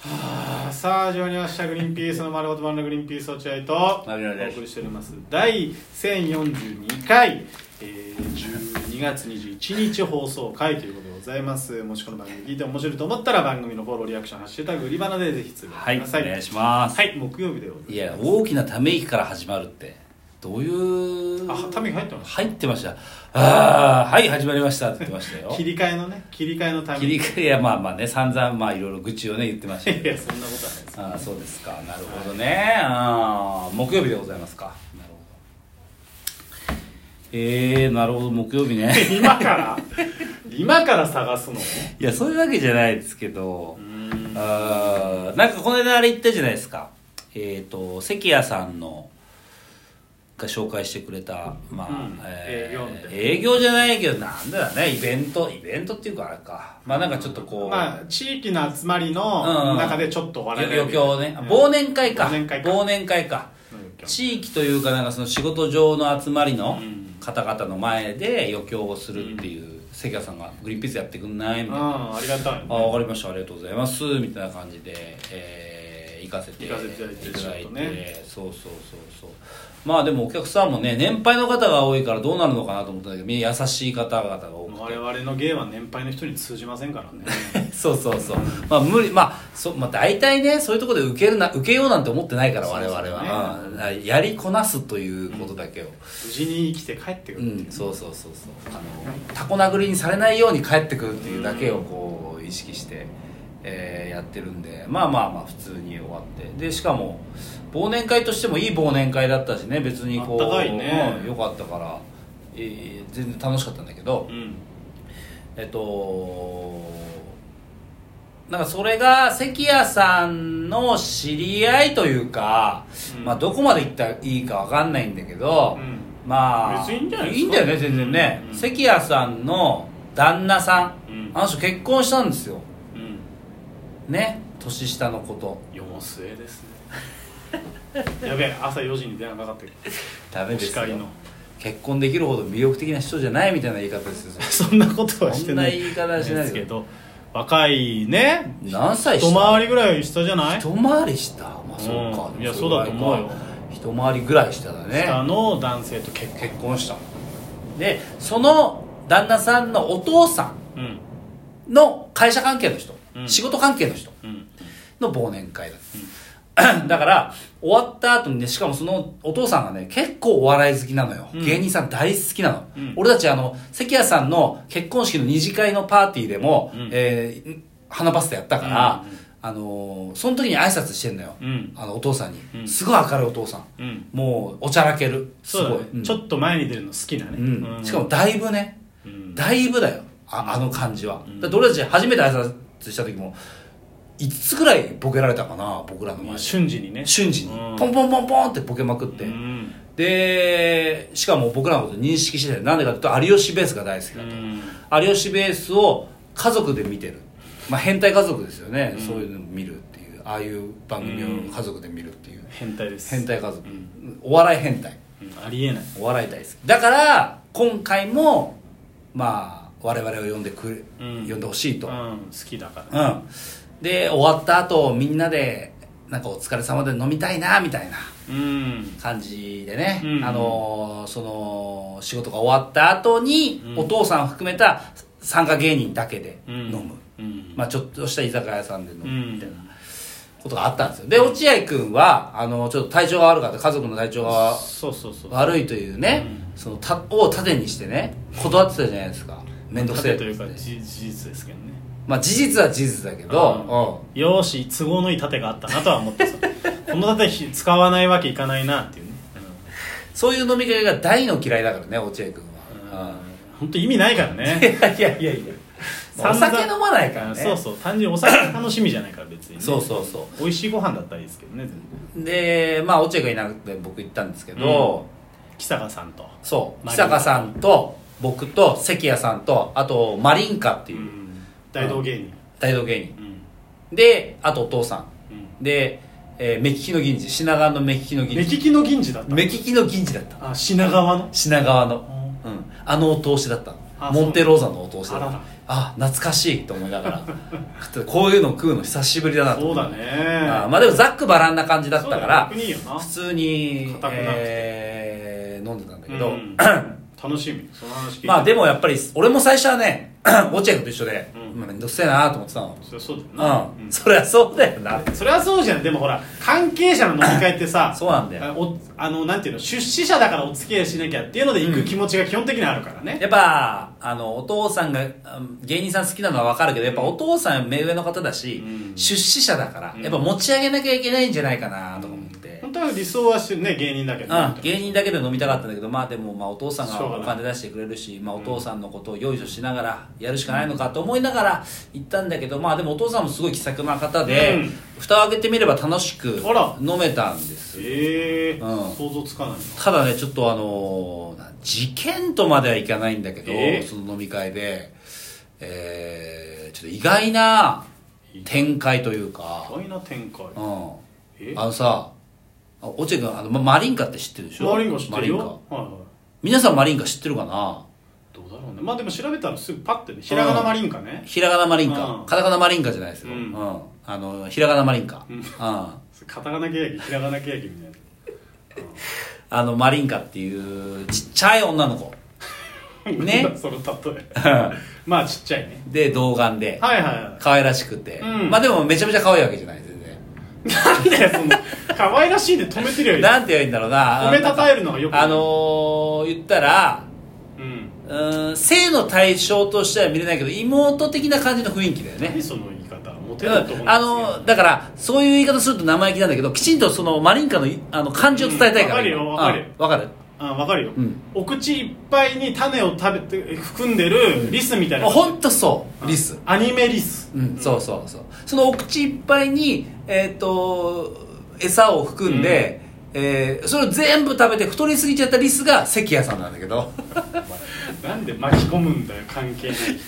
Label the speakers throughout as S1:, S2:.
S1: はあさあ始まりました「グリーンピースの丸ごと丸のグリーンピース落合」と
S2: 丸々
S1: お
S2: です
S1: 送りしております第1042回、えー、12月21日放送回ということでございますもしこの番組聞いて面白いと思ったら番組のフォローリアクション「ハッシュタグ売り花」でぜひつぶやいてく
S2: はい
S1: だ
S2: お
S1: さい、
S2: 願いします、
S1: はい木曜日でございます
S2: い、や大きなため息から始まるってどういう
S1: あため息入ってまし
S2: 入ってましたああはい始まりましたって言ってましたよ
S1: 切り替えのね切り替えのため
S2: 切り替えいやまあまあね散々まあいろいろ愚痴をね言ってましたけ
S1: い
S2: ど
S1: やそんなことはないです
S2: ああそうですかなるほどね、ああ木曜日でございますかなるほどえー、なるほど木曜日ね
S1: 今から今から探すの
S2: いやそういうわけじゃないですけど
S1: うーん
S2: あーなんかこの間あれ言ったじゃないですかえっ、と関谷さんのが紹介してくれた、まあ
S1: うん営業みたいな
S2: 営業じゃないけどなんだろうねイベントイベントっていうかあれかまあなんかちょっとこう、
S1: まあ、地域の集まり
S2: うんう
S1: の
S2: ん
S1: 中でちょっと笑いが
S2: 余興をね、
S1: うん
S2: 忘年会か
S1: 忘年会か
S2: 忘年会か地域というかなんかその仕事上の集まりの
S1: うん
S2: 方々の前で余興をするっていう、関谷さんが「グリーンピースやってくんない?」み
S1: うん
S2: たいな
S1: ありがたいね
S2: あ分かりましたありがとうございますみたいな感じで、えー行かせて
S1: 行かせていただいて
S2: ただい
S1: ちょ
S2: て
S1: っとね
S2: そうそうそうそうまあでもお客さんもね年配の方が多いからどうなるのかなと思ったんだけどみんな優しい方々が多く
S1: 我々の芸は年配の人に通じませんからね
S2: てそうそうそうまあ無理まあそ、まあ、大体ねそういうところで受けるな受けようなんて思ってないから
S1: そう
S2: 我
S1: そう
S2: 々
S1: ね
S2: は、うんだからやりこなすということだけを、
S1: 無事に生きて帰ってく
S2: う
S1: る
S2: ん
S1: っていう
S2: そうそうそうそうあのタコ殴りにされないように帰ってくるっていうだけをこう意識して、えーやってるんでまあまあまあ普通に終わってでしかも忘年会としてもいい忘年会だったしね別にこう
S1: あったかいね
S2: うんよかったから、えー全然楽しかったんだけど、
S1: うん
S2: えっとなんかそれが関谷さんの知り合いというか、
S1: うん
S2: まあどこまで行ったらいいかわかんないんだけど、
S1: うん
S2: まあ
S1: 別にいいんじゃないですか
S2: んだよね全然ね、
S1: うん
S2: 関谷さんの旦那さん、
S1: うん
S2: あの人結婚したんですよ
S1: うん
S2: ね年下のこと
S1: 世も末ですねやべえ朝4時に電話かかってくる
S2: ダメですよ
S1: お叱りの
S2: 結婚できるほど魅力的な人じゃないみたいな言い方ですよ
S1: そんなことはしてない
S2: そんな言い方はしてない
S1: ですけど若いね
S2: 何歳
S1: 一
S2: 下
S1: 回りぐらい下じゃない
S2: 一回り下まあそうか、
S1: うんいやそうだと思うよ
S2: 一回りぐらい下だね
S1: 下の男性と結婚
S2: 結婚したでその旦那さんのお父さ
S1: うん
S2: んの会社関係の人、
S1: うん
S2: 仕事関係の人
S1: うん
S2: の忘年会だった、 だから終わった後にねしかもそのお父さんがね結構お笑い好きなのよ、
S1: うん
S2: 芸人さん大好きなの、
S1: うん
S2: 俺たちあの関谷さんの結婚式の二次会のパーティーでも、
S1: うん
S2: えー花パスタやったから、
S1: うんうんうん
S2: あのーその時に挨拶してんのよ、
S1: うん
S2: あのお父さんに、
S1: うん
S2: すごい明るいお父さん
S1: うん
S2: もうおちゃらけるす
S1: そう
S2: ごい
S1: だね、
S2: うん
S1: ちょっと前に出るの好きなね、
S2: うん
S1: うん
S2: しかも、だいぶね
S1: うん
S2: だいぶだよああの感じは、
S1: うん
S2: だって俺たち初めて挨拶した時も5つぐらいボケられたかな僕らの前で
S1: 瞬時にね
S2: 瞬時に
S1: うん
S2: ポンポンポンポンってボケまくって、
S1: うん
S2: でしかも僕らのこと認識してないなんでかっていうと有吉ベースが大好きだと、有吉ベースを家族で見てる、まあ、変態家族ですよね、
S1: うん
S2: そういうのを見るっていうああいう番組
S1: うん
S2: を家族で見るっていう、
S1: 変態です
S2: 変態家族、
S1: うん
S2: お笑い変態
S1: うんありえない
S2: お笑い大好きだから今回もまあ我々を呼んでくれ、
S1: うん
S2: 呼んでほしいと、
S1: うん、好きだから、
S2: うん、で終わった後みんなでなんかお疲れ様で飲みたいなみたいな
S1: うん
S2: 感じでね、
S1: うん
S2: あのーその仕事が終わった後に、
S1: うん
S2: お父さんを含めた参加芸人だけで
S1: うん、
S2: 飲む、
S1: うん
S2: まあ、ちょっとした居酒屋さんで飲
S1: う
S2: む
S1: ん
S2: みたいなことがあったんですよで落合君はあのちょっと体調が悪かった家族の体調が
S1: そうそうそう
S2: 悪いというね、そのたを盾にしてね断ってたじゃないですか面倒くせえ
S1: 盾というか
S2: って
S1: 事事実ですけどね
S2: まあ事実は事実だけど、
S1: うんよーし都合のいい盾があったなとは思って さこの盾ひ使わないわけいかないなっていうね、
S2: うんそういう飲み会が大の嫌いだからね落合君
S1: うん
S2: は、
S1: 本当意味ないから
S2: うん
S1: ね
S2: いやいやいやいやまあお
S1: 散々
S2: 酒飲まないからね
S1: そうそう単純にお酒が楽しみじゃないから別に、ね、
S2: そうそうそう
S1: 美味しいご飯だったらいいですけどね全然
S2: でまあ落合がいなくて僕行ったんですけど、
S1: 木坂さんと
S2: そう
S1: マ
S2: 木
S1: リンカ
S2: 坂さんと僕と関谷さんとあとマリンカっていう
S1: 大道芸人
S2: 大道芸
S1: うん
S2: 人であとお父さ
S1: うん
S2: んで、えー目利きの銀次品川の目利きの銀
S1: 目
S2: 次
S1: 利きの銀次だった
S2: 目利きの銀次だった
S1: あ品川の
S2: 品川の、
S1: あ
S2: うん、あのお通しだった
S1: あ
S2: モンテローザのお通しだっ
S1: あ
S2: た
S1: らら
S2: ああ懐かしいと思いながら こういうの食うの久しぶりだなと
S1: そうだね
S2: あーまあでもざっくばらんな感じだったから
S1: そうだね逆にいいよな
S2: 普通に
S1: 硬くなくて
S2: えー飲んでたんだけど、
S1: うん楽しみその話聞いて
S2: まあでもやっぱり俺も最初はね 落合君と一緒で、
S1: うん
S2: まあ、めんどくせえなと思ってたの
S1: そりゃそうだよな、
S2: う、
S1: うんんそ
S2: そりゃそうだよな
S1: れはそうじゃんでもほら関係者の飲み会ってさ
S2: そうなんだよ
S1: あおあのなんていうの出資者だからお付き合いしなきゃっていうので行く気持ちが基本的にはあるからね、
S2: やっぱあのお父さんがうん芸人さん好きなのは分かるけどやっぱお父さん目上の方だし、
S1: うん
S2: 出資者だから、
S1: うん
S2: やっぱ持ち上げなきゃいけないんじゃないかなとか思って、
S1: 本当は理想はしてね芸人だけど、
S2: うん、芸人だけで飲みたかったんだけどまあでもまあお父さん
S1: しょうが
S2: が
S1: ない
S2: お金出してくれるしまあお父さんのことをよいしょしながらやるしかないのかと思いながら行ったんだけどまあでもお父さんもすごい気さくな方で、
S1: うん
S2: 蓋を開けてみれば楽しく
S1: あら
S2: 飲めたんですよ
S1: えー
S2: うん
S1: 想像つかないな
S2: ただねちょっとあのーな事件とまではいかないんだけど、
S1: えー
S2: その飲み会でえー、ちょっと意外な展開というか、
S1: 意外な展開
S2: うん、
S1: え
S2: あのさあ落合君あの、ま、マリンカって知ってるでしょ
S1: マリンカ知ってるよ
S2: マリンカ
S1: はいはい
S2: 皆さんマリンカ知ってるかな
S1: どうだろうねまあでも調べたらすぐパッてねひらがなマリンカね
S2: ひらがなマリン
S1: う
S2: カ
S1: ん
S2: カタカナマリンカじゃないですよ、う
S1: うんん
S2: あのひらがなマリンカ、う
S1: うんんカタカナケヤキひらがなケヤキみたいな
S2: あのマリンカっていうちっちゃい女の子 ね
S1: その例えまあちっちゃいね
S2: で童顔で
S1: はいはいはい
S2: 可愛らしくて、
S1: うん
S2: まあでもめちゃめちゃ可愛いわけじゃない全
S1: なんだよその可愛らしいで止めてるよ
S2: 然
S1: 今
S2: なんて言えばいいんだろうな
S1: 褒めたたえるのがよく
S2: あのー、言ったら
S1: うん
S2: うーん性の対象としては見れないけど妹的な感じの雰囲気だよね
S1: 何その言い方モテると思うんですよ
S2: あのだからそういう言い方すると生意気なんだけどきちんとそのマリンカのいあの感じを伝えたいか
S1: うんわか
S2: ら、
S1: るよ
S2: わかるわかる
S1: あわかるよ、
S2: うん
S1: お口いっぱいに種を食べて含んでるリスみたいな、
S2: ほんとそうリス
S1: アニメリス
S2: うん、そうそうそうそのお口いっぱいにえっ、と餌を含んで、えーそれを全部食べて太りすぎちゃったリスが関谷さんなんだけど
S1: なんで巻き込むんだよ関係ない 人
S2: 老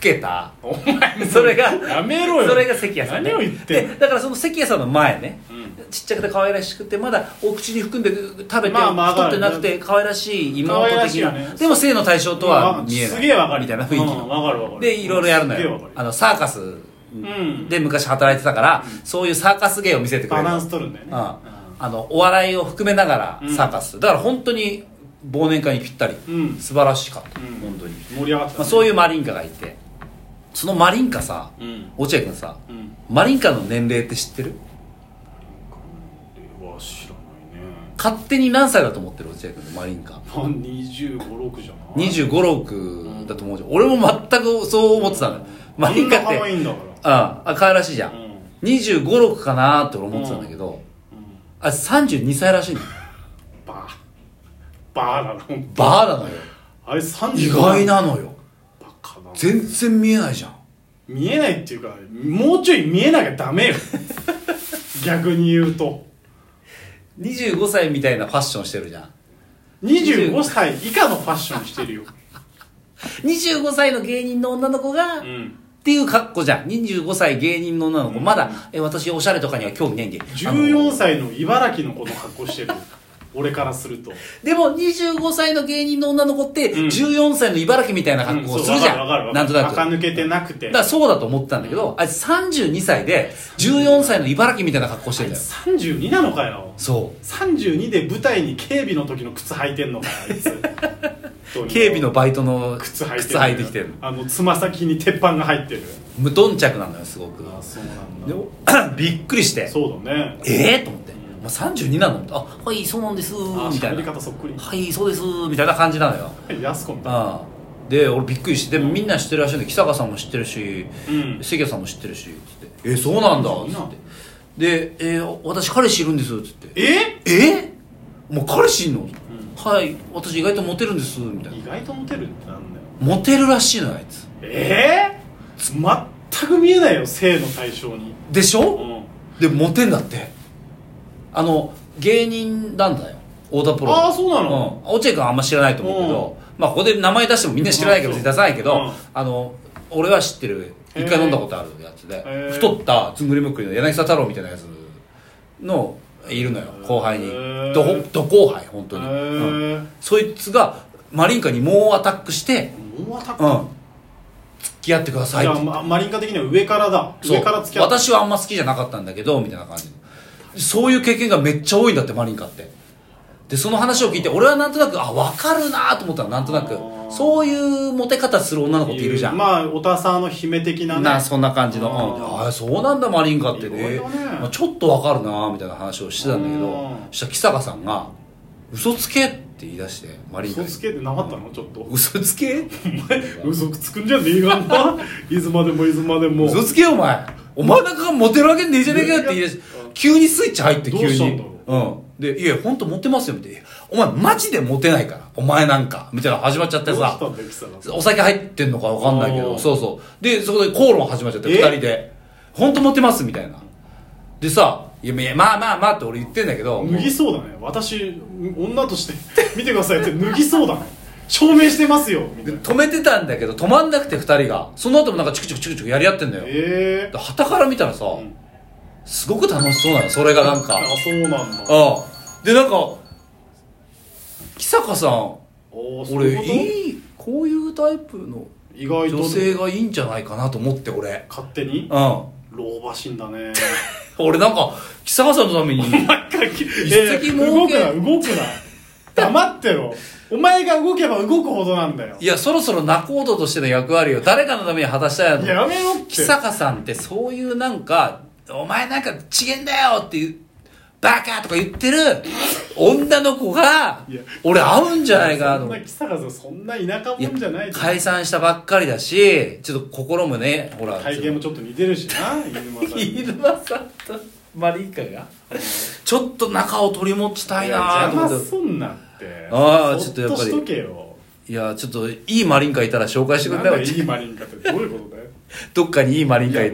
S2: けた
S1: お前 もう
S2: それが
S1: やめろよ
S2: それが関谷さんね
S1: 何を言ってんの
S2: でだからその関谷さんの前ね、
S1: う
S2: ちっちゃくて可愛らしくてまだお口に含んで食べて
S1: まあまあ
S2: 太ってなくて可愛らしい
S1: 可
S2: 妹
S1: 愛らし
S2: 的
S1: い
S2: な、
S1: よね
S2: でも性の対象とは見えない
S1: すげえわかる
S2: みたいな雰囲気
S1: うんわかるわかる
S2: でいろいろやるの
S1: すげえ
S2: よ
S1: わか
S2: あ
S1: る
S2: のサーカス
S1: ん
S2: で昔働いてたから、そういうサーカス芸を見せてくれ
S1: バ
S2: る
S1: ラ
S2: の
S1: ンス取るんだよね
S2: うんあのお笑いを含めながら
S1: うん
S2: サーカス、だから本当に忘年会にぴったり、
S1: うん
S2: 素晴らしかった、
S1: うん
S2: 本当に、
S1: 盛り上がってた、
S2: まあ、そう
S1: い
S2: いうマリンカがいてそのマリンカさ
S1: ううん
S2: 落合君さ
S1: うん
S2: マリンカの年齢って知ってる
S1: うわ知らないね
S2: 勝手に何歳だと思ってる落合君のマリンカ
S1: まあ2 5 6じゃない
S2: 2 5 6だと思うじゃん俺も全くそう思ってたのよマリンカっ
S1: あん
S2: て
S1: な可愛い
S2: うん
S1: んだか
S2: あ可愛らしいじゃ
S1: らうん
S2: ん、
S1: うん
S2: 2 5 6かなーって俺思ってたんだけど、あ32歳らしいの
S1: バーバーなの
S2: バーなのよ
S1: あれ35
S2: 意外なのよ
S1: バカだな
S2: 全然見えないじゃん
S1: 見えないっていうかもうちょい見えなきゃダ メよ逆に言うと
S2: 25歳みたいなファッションしてるじゃん
S1: 25歳以下のファッションしてるよ、
S2: 25歳の芸人の女の子が、
S1: う
S2: っ
S1: ん、
S2: ていう格好じゃん25歳芸人の女の子、
S1: うん
S2: まだえ私おしゃれとかには興味ないんであの
S1: 14歳の茨城の子の格好してる俺からすると
S2: でも25歳の芸人の女の子って
S1: うん
S2: 14歳の茨城みたいな格好をするじゃ
S1: うわかるわかるわか
S2: ん、
S1: る
S2: なんとなく
S1: 垢抜けてなくて
S2: だからそうだと思ってたんだけど、あいつ32歳で14歳の茨城みたいな格好してんだよ
S1: 32なのかよ
S2: そ
S1: 32で舞台に警備の時の靴履いてんのかよ あいつどう
S2: う
S1: にか
S2: 警備のバイトの
S1: 靴履いて
S2: 靴履いてきてるの
S1: あのつま先に鉄板が入ってる
S2: 無頓着なのよすごく
S1: あそうなん
S2: で びっくりして
S1: そうだね
S2: えー、と思って「もう32なの?」あはいそうなんです」
S1: あ
S2: みたい
S1: 喋り
S2: な「
S1: 方そっくり
S2: はいそうです」みたいな感じなのよ
S1: やす子みたいな
S2: うんで俺びっくりしてでもみんな知ってるらしいんで木坂さんも知ってるし、
S1: うん
S2: 関谷さんも知ってるしつって「えそうなんだ」
S1: そう
S2: つ
S1: な
S2: っ
S1: んだ
S2: てで、えー私彼氏いるんです」つって
S1: え
S2: えもう彼氏いんの、はい私意外とモテるんですみたいな
S1: 意外とモテるってなんだよ
S2: モテるらしいのよあいつ
S1: ええ全く見えないよ性の対象に
S2: でし
S1: う
S2: ょ、
S1: ん
S2: でモテんだってあの芸人なんだよ太田プロ
S1: あーそうなの、
S2: うん、落合君はあんま知らないと思うけど、まあここで名前出してもみんな知らないけど
S1: うん
S2: 出さないけど、
S1: うん
S2: あの俺は知ってる
S1: へー
S2: 一回飲んだことあるやつで、
S1: へー
S2: 太ったずんぐりむっくりの柳沢太郎みたいなやつのいるのよ後輩に
S1: へー
S2: どほど後輩本当に、
S1: へ
S2: うん
S1: ー
S2: そいつがマリンカに猛アタックして
S1: 猛アタック
S2: うんき合ってください
S1: じ
S2: っ
S1: ゃ
S2: て
S1: あ、まマリンカ的には上からだ
S2: そう
S1: 上から付き合って
S2: 私はあんま好きじゃなかったんだけどみたいな感じでそういう経験がめっちゃ多いんだってマリンカってでその話を聞いて俺はなんとなくあ分かるなと思ったのなんとなく
S1: あー
S2: そういうモテ方する女の子っているじゃん
S1: まあおたさの姫的なね
S2: なそんな感じの
S1: あ
S2: う
S1: ー
S2: んあそうなんだマリンカって
S1: いろい
S2: ね
S1: ろね
S2: まあちょっとわかるなみたいな話をしてたんだけ
S1: う
S2: ど
S1: ん
S2: そしたら木坂さんが「嘘つけ」って言い出してマリン
S1: 嘘
S2: カに
S1: つけってなかったのちょっと
S2: 嘘つけ
S1: 嘘つくんじゃねえがないつまでもいつまでも
S2: 嘘つけよお前お前なんかモテるわけねえじゃねえかよって言い出し
S1: うん
S2: 急にスイッチ入って
S1: どう
S2: 急
S1: したん
S2: に
S1: だ
S2: うんで「いや本当モテますよ」みたいな「お前マジでモテないからお前なんか」みたいなの始まっちゃって
S1: どう
S2: さ
S1: したんだよキサラ
S2: お酒入ってんのかわかんないけ
S1: お
S2: ど
S1: ー
S2: そうそうでそこで口論始まっちゃって
S1: え
S2: 2人で「本当モテます」みたいなでさ「いやいやまあまあまあ」って俺言ってんだけど
S1: 脱ぎそうだね私女として見てくださいって脱ぎそうだね証明してますよみた
S2: で
S1: いな
S2: 止めてたんだけど止まんなくて2人がその後もなんかチクチクチクチクやり合ってんだよ
S1: ええ
S2: はたから見たらさ
S1: ん
S2: すごく楽しそうなのそれがなんか
S1: あそうなんだ
S2: うんでなんか木坂さん
S1: おーそう
S2: 俺
S1: いうこ
S2: いいこういうタイプの
S1: と意外と
S2: 女性がいいんじゃないかなと思って俺
S1: 勝手に
S2: うん
S1: 老婆心だね
S2: 俺なんか木坂さんのため に
S1: なんかき
S2: 一石
S1: 動
S2: 儲
S1: く
S2: け
S1: な動くな黙ってろお前が動けば動くほどなんだよ
S2: いやそろそろ仲人としての役割を誰かのために果たしたいなと
S1: い
S2: 思
S1: や
S2: って
S1: やめろって
S2: 木坂さんってそういうなんか「お前なんかちげんだよ」っていうバカとか言ってる女の子が
S1: いや
S2: 俺合うんじゃないかなと
S1: そん
S2: 思っ
S1: な
S2: て
S1: 木坂さんそんな田舎
S2: いや
S1: もんじゃないと思う
S2: 解散したばっかりだしちょっと心もねほら
S1: 体型もちょっと似てるしな飯沼さんに
S2: 飯沼さんとマリンカが ちょっと仲を取り持ちたいなと
S1: 邪魔
S2: 思って
S1: すんなって
S2: あーちょっとやっぱり
S1: そっとしとけよ
S2: いやちょっといいマリンカいたら紹介してく
S1: な
S2: れ
S1: ん
S2: た
S1: だ
S2: よ
S1: いいマリンカってどういうことだよ
S2: どっかにいいマリンカい